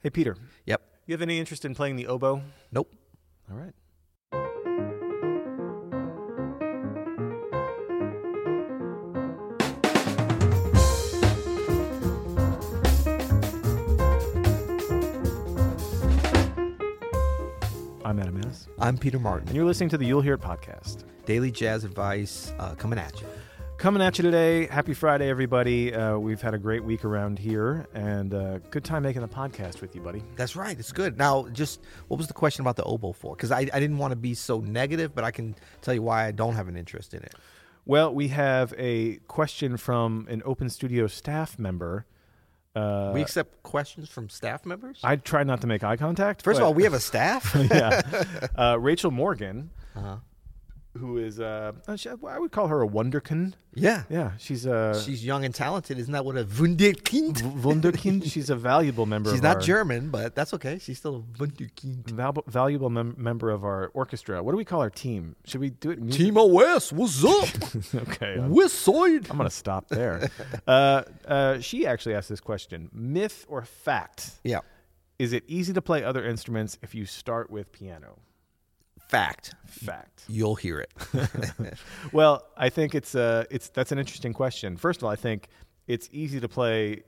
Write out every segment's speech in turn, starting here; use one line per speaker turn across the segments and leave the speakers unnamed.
Hey, Peter,
Yep.
you have any interest in playing the oboe?
Nope.
All right. I'm Adam Annis,
I'm Peter
and
Martin.
you're listening to the You'll Hear It podcast.
Daily jazz advice uh, coming at you.
Coming at you today. Happy Friday, everybody. Uh, we've had a great week around here, and uh, good time making the podcast with you, buddy.
That's right. It's good. Now, just what was the question about the oboe for? Because I, I didn't want to be so negative, but I can tell you why I don't have an interest in it.
Well, we have a question from an Open Studio staff member. Uh,
we accept questions from staff members.
I try not to make eye contact.
First of
but-
all, we have a staff.
yeah, uh, Rachel Morgan,
uh-huh.
who is uh, she- I would call her a wonderkind.
Yeah.
Yeah, she's uh, a
She's young and talented. Isn't that what a Wunderkind?
w- wunderkind. She's a valuable member.
She's
of
not
our,
German, but that's okay. She's still a Wunderkind.
val- valuable mem- member of our orchestra. What do we call our team? Should we do it? in
Team OS, what's up?
okay. I'm-
West side.
I'm gonna stop there. uh, uh, she actually asked this question: Myth or fact?
Yeah.
Is it easy to play other instruments if you start with piano?
Fact.
Fact.
You'll hear it.
Well, I think it's uh, it's that's an interesting question. First of all, I think it's easy to play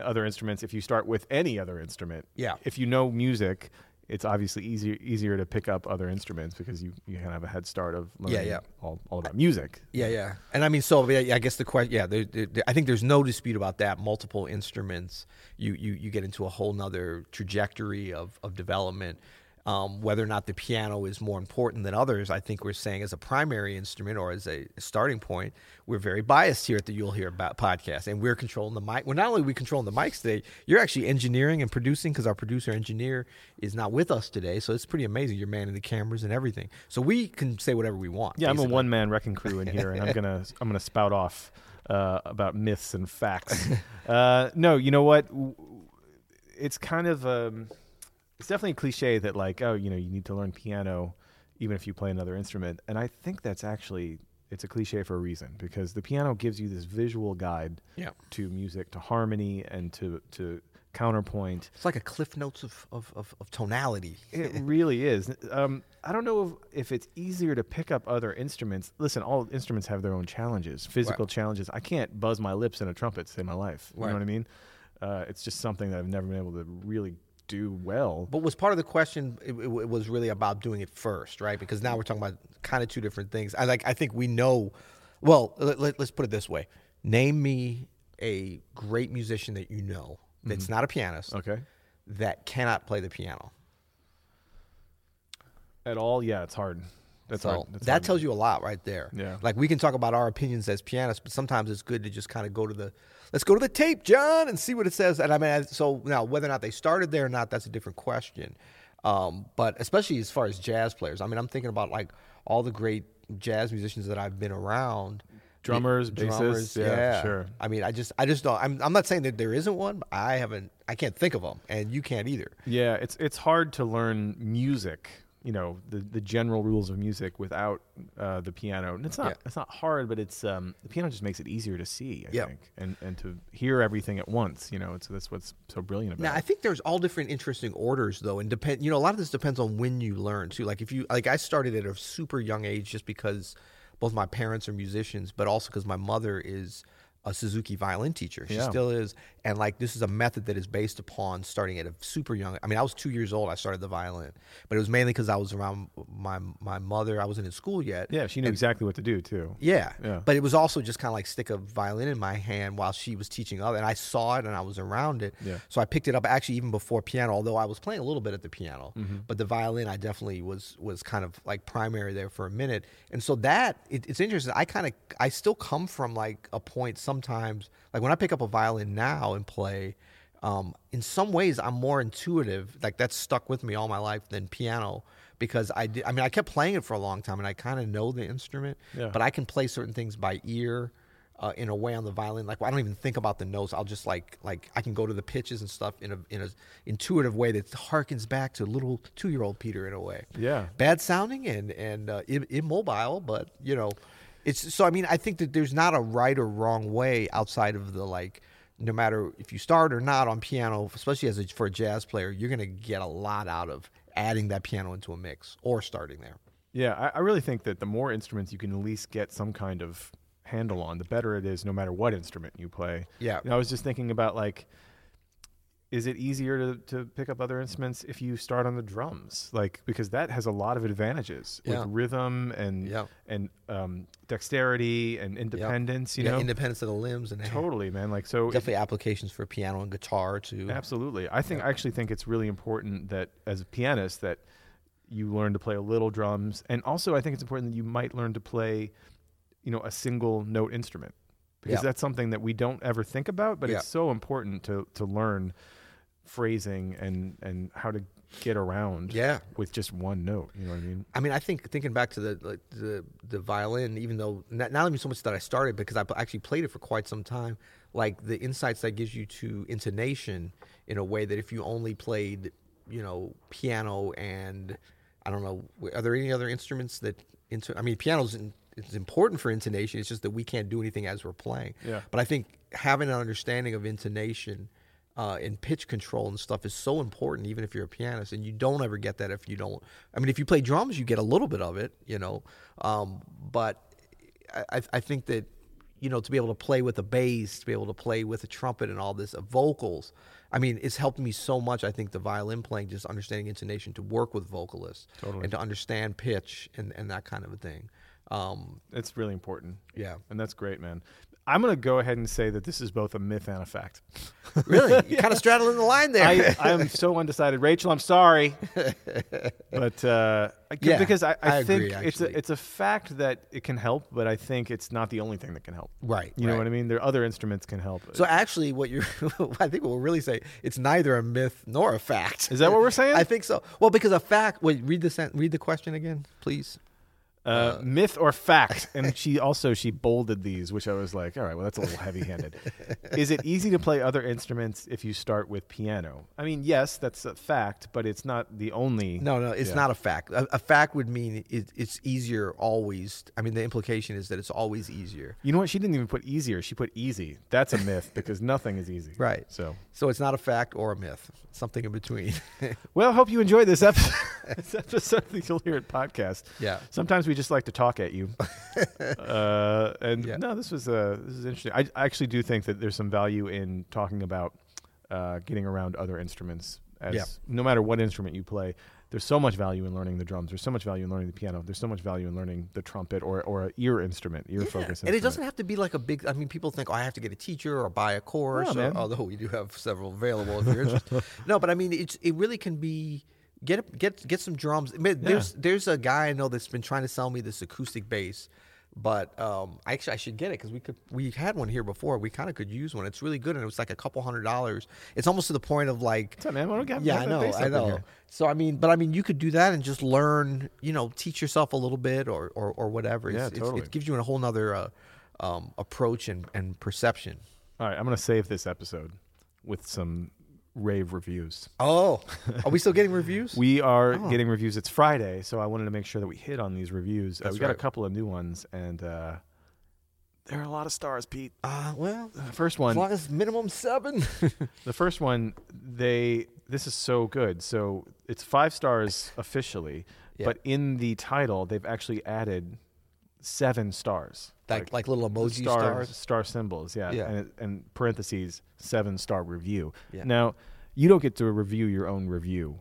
other instruments if you start with any other instrument.
Yeah.
If you know music, it's obviously easier easier to pick up other instruments because you you kind of have a head start of learning
yeah.
all all about music.
Yeah, yeah, and I mean, so yeah, I guess the question, yeah, there, there, I think there's no dispute about that. Multiple instruments, you you you get into a whole nother trajectory of of development. Um, whether or not the piano is more important than others, I think we're saying as a primary instrument or as a starting point, we're very biased here at the You'll Hear About podcast, and we're controlling the mic. Well, not only are we controlling the mics today, you're actually engineering and producing because our producer engineer is not with us today, so it's pretty amazing. You're manning the cameras and everything, so we can say whatever we want.
Yeah, I'm a
basically.
one man wrecking crew in here, and I'm gonna I'm gonna spout off uh, about myths and facts. uh, no, you know what? W- It's kind of um, it's definitely a cliche that like oh you know you need to learn piano even if you play another instrument, and I think that's actually it's a cliche for a reason because the piano gives you this visual guide
Yeah.
to music, to harmony, and to to counterpoint.
It's like a cliff notes of, of, of, of tonality.
It really is. Um, I don't know if, if it's easier to pick up other instruments. Listen, all instruments have their own challenges, physical challenges. I can't buzz my lips in a trumpet to save my life. You
Right.
know what I mean? Uh, it's just something that I've never been able to really do well.
But was part of the question it, it w- it was really about doing it first, right? Because now we're talking about kind of two different things. I like I think we know. Well, let, let, us put it this way: name me a great musician that you know that's not a pianist
Okay.
that cannot play the piano.
At all, yeah, it's hard. That's
So
hard. That's
that
hard.
tells you a lot right there.
Yeah.
Like we can talk about our opinions as pianists, but sometimes it's good to just kind of go to the let's go to the tape, John, and see what it says. And I mean, I- so now whether or not they started there or not, that's a different question. Um, but especially as far as jazz players, I mean, I'm thinking about like all the great jazz musicians that I've been around.
drummers, bassists.
drummers,
yeah, sure.
I mean, I just, I just don't. I'm, I'm not saying that there isn't one. But I haven't, I can't think of them, and you can't either.
Yeah, it's it's hard to learn music, you know, the, the general rules of music without uh, the piano. And it's not
Yeah.
it's not hard, but it's um, the piano just makes it easier to see, I
Yep.
think, and and to hear everything at once. You know, it's that's what's so brilliant about
Now, I think there's all different interesting orders though, and depend. You know, a lot of this depends on when you learn too. Like if you like, I started at a super young age just because both my parents are musicians, but also because my mother is a Suzuki violin teacher. She
Yeah.
still is, and like this is a method that is based upon starting at a super young. I mean, I was two years old. I started the violin, but it was mainly because I was around my my mother. I wasn't in school yet.
it. Yeah, she knew exactly what to do too.
Yeah.
Yeah.
But it was also just kind of like stick a violin in my hand while she was teaching other and I saw it and I was around it.
Yeah.
So I picked it up actually even before piano, although I was playing a little bit at the piano.
Mm-hmm.
But the violin I definitely was was kind of like primary there for a minute. And so that it, it's interesting. I kind of I still come from like a point sometimes like when I pick up a violin now and play um, in some ways i'm more intuitive like that's stuck with me all my life than piano because i did, i mean i kept playing it for a long time and i kind of know the instrument
Yeah.
but i can play certain things by ear uh, in a way on the violin like i don't even think about the notes i'll just like like i can go to the pitches and stuff in a in a intuitive way that harkens back to little two-year-old peter in a way
Yeah.
bad sounding and and uh, im- immobile, but you know, it's so. I mean, I think that there's not a right or wrong way outside of the like no matter if you start or not on piano, especially as a, for a jazz player, you're going to get a lot out of adding that piano into a mix or starting there.
Yeah, I, I really think that the more instruments you can at least get some kind of handle on, the better it is, no matter what instrument you play.
Yeah.
And I was just thinking about like, is it easier to, to pick up other instruments if you start on the drums? Like because that has a lot of advantages
Yeah.
with rhythm and
Yeah.
and um, dexterity and independence. You know,
independence of the limbs and
totally, man. Like so, it-
definitely applications for piano and guitar too.
Absolutely. I think I actually think it's really important that as a pianist that you learn to play a little drums and also I think it's important that you might learn to play you know a single note instrument because
Yeah.
that's something that we don't ever think about but
Yeah.
it's so important to to learn phrasing and and how to get around
Yeah.
with just one note, you know what I mean?
I mean, I think thinking back to the like, the the violin, even though not, not even so much that I started because I pl- actually played it for quite some time. Like the insights that gives you to intonation in a way that if you only played, you know, piano and I don't know, w- are there any other instruments that into? I mean, piano's in, it's important for intonation. It's just that we can't do anything as we're playing.
Yeah.
But I think having an understanding of intonation. Uh, and pitch control and stuff is so important, even if you're a pianist, and you don't ever get that if you don't. I mean, if you play drums, you get a little bit of it, you know. Um, but I- I, I think that you know to be able to play with a bass, to be able to play with a trumpet and all this uh, vocals. I mean, it's helped me so much. I think the violin playing, just understanding intonation, to work with vocalists and to understand pitch and, and that kind of a thing. Um,
It's really important.
yeah,
And that's great, man. I'm going to go ahead and say that this is both a myth and a fact.
really, you're kind of straddling the line there.
I, I'm so undecided, Rachel. I'm sorry, but uh, I-
Yeah,
because I, I,
I
think
agree,
it's a
actually.
it's a fact that it can help, but I think it's not the only thing that can help.
Right,
You know
right.
what I mean? There are other instruments can help.
So actually, what you're, I think, what we'll really say, it's neither a myth nor a fact.
Is that what we're saying?
I think so. Well, because a fact. Wait, read the sent- read the question again, please.
uh, myth or fact? And she also she bolded these, which I was like, all right, well, that's a little heavy-handed. Is it easy to play other instruments if you start with piano? I mean, yes, that's a fact, but it's not the only.
No, no, it's
Yeah.
not a fact. A, a fact would mean it, it's easier always. I mean, the implication is that it's always easier.
You know what? She didn't even put easier. She put easy. That's a myth because nothing is easy.
Right.
So
So it's not a fact or a myth. Something in between.
Well, hope you enjoyed this episode, this episode of the You'll Hear It podcast.
Yeah.
Sometimes we just like to talk at you. uh, and
Yeah.
no, this was uh, this is interesting. I, I actually do think that there's some value in talking about uh, getting around other instruments. As
Yeah.
no matter what instrument you play, there's so much value in learning the drums. There's so much value in learning the piano. There's so much value in learning the trumpet or or a ear instrument, ear
Yeah,
focus.
And it
instrument.
doesn't have to be like a big. I mean, people think, oh, I have to get a teacher or buy a
No,
course. or-
man.
although we do have several available if you're interested. no, but I mean, it's it really can be get a- get get some drums. I mean, There's there's a guy I know that's been trying to sell me this acoustic bass. But um, I actually I should get it because we could we had one here before we kind of could use one. It's really good and it was like a couple hundred dollars. It's almost to the point of like
What's up, man? Why don't we have-
yeah,
have
I
that
know,
bass up
I
in
know.
here?
So I mean, but I mean, you could do that and just learn, you know, teach yourself a little bit or or, or whatever. It's-
Yeah,
it's-
totally.
It gives you a whole nother uh, um, approach and, and perception.
All right, I'm gonna save this episode with some rave reviews.
Oh, are we still getting reviews?
We are
Oh.
getting reviews. It's Friday, so I wanted to make sure that we hit on these reviews. Uh, we got a
right.
couple of new ones, and uh, there are a lot of stars, Pete.
uh, well,
The first
as
one,
long as minimum seven.
the first one, they this is so good. So it's five stars officially,
Yeah.
but in the title, they've actually added seven stars,
like like little emoji
star
stars.
star symbols, yeah,
Yeah.
And, it- and parentheses seven star review.
Yeah.
Now you don't get to review your own review.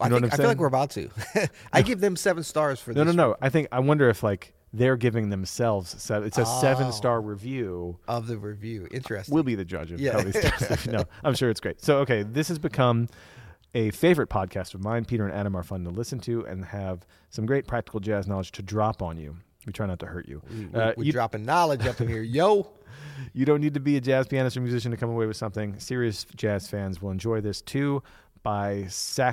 I,
You know what I'm
think, I feel
saying?
like we're about to. I give them seven stars for
No, no,
this
no. I think I wonder if like they're giving themselves seven. It's a
Oh.
seven star review.
of the review. Interesting.
We'll be the judge of
Yeah.
how these stars. no, I'm sure it's great. So okay, this has become a favorite podcast of mine. Peter and Adam are fun to listen to and have some great practical jazz knowledge to drop on you. We try not to hurt you.
We,
Uh,
are
you,
dropping knowledge up in here, yo.
you don't need to be a jazz pianist or musician to come away with something. Serious jazz fans will enjoy this too. By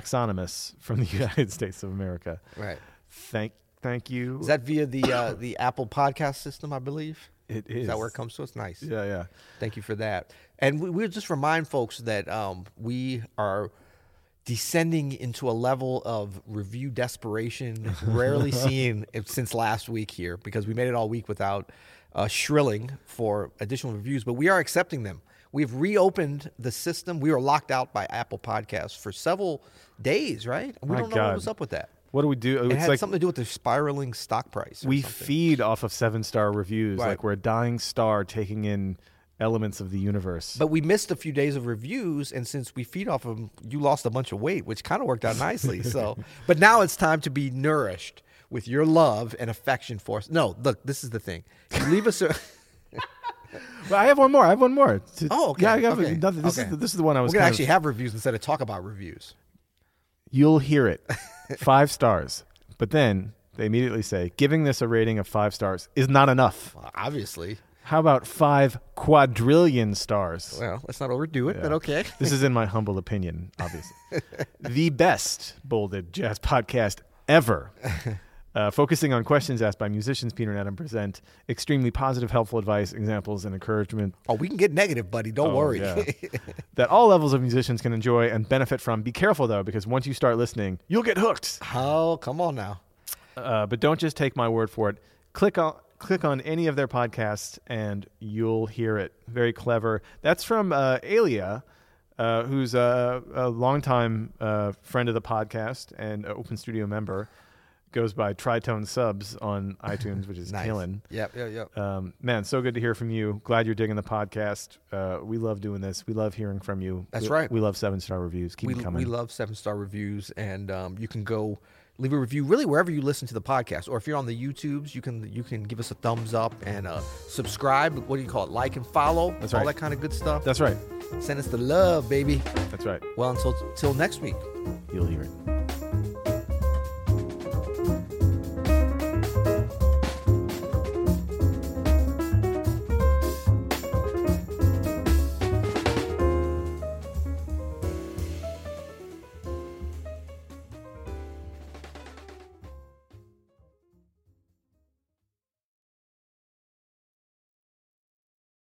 Saxonomous from the United States of America.
Right.
Thank, thank you.
Is that via the uh, the Apple Podcast system? I believe.
it is.
Is that where it comes to us? Nice.
Yeah, yeah.
Thank you for that. And we, we'll just remind folks that um, we are descending into a level of review desperation rarely seen if- since last week here because we made it all week without uh, shrilling for additional reviews, but we are accepting them. We've reopened the system. We were locked out by Apple Podcasts for several days, right? We
My
don't know
God.
what was up with that.
What do we do?
It
It's
had
like
something to do with the spiraling stock price. or
we
something.
feed off of seven star reviews.
Right.
Like we're a dying star taking in elements of the universe.
But we missed a few days of reviews, and since we feed off of them, you lost a bunch of weight, which kind of worked out nicely. So, but now it's time to be nourished with your love and affection for us. No, look, this is the thing. You leave us a.
Well, I have one more. I have one more. To-
Oh, okay.
Yeah, I have
okay,
another. This,
okay.
is the, this is the one I was.
We're gonna
kind of-
actually have reviews instead of talk about reviews.
You'll hear it. five stars. But then they immediately say, giving this a rating of five stars is not enough.
Well, obviously,
How about five quadrillion stars?
well, let's not overdo it, but okay.
this is in my humble opinion, obviously. the best bolded jazz podcast ever. Uh, focusing on questions asked by musicians, Peter and Adam present extremely positive, helpful advice, examples, and encouragement
Oh, we can get negative, buddy. Don't worry.
Oh, yeah. that all levels of musicians can enjoy and benefit from. Be careful though, because once you start listening, you'll get hooked.
oh, come on now.
Uh, but don't just take my word for it. Click on click on any of their podcasts, and you'll hear it. Very clever. That's from uh, Alia. Uh, who's a, a longtime uh, friend of the podcast and a Open Studio member, goes by Tritone Subs on iTunes, which is
Nice.
killing.
Yep, yep, yep.
Um, man, so good to hear from you. Glad you're digging the podcast. Uh, we love doing this. We love hearing from you.
That's
We-
right.
We love seven star reviews. Keep
we,
them
we
coming.
love seven star reviews and um, you can go leave a review really wherever you listen to the podcast or if you're on the youtubes you can you can give us a thumbs up and uh, subscribe what do you call it like and follow
That's
all
right.
that kind of good stuff
That's right.
send us the love baby
That's right.
well until till next week
You'll hear it.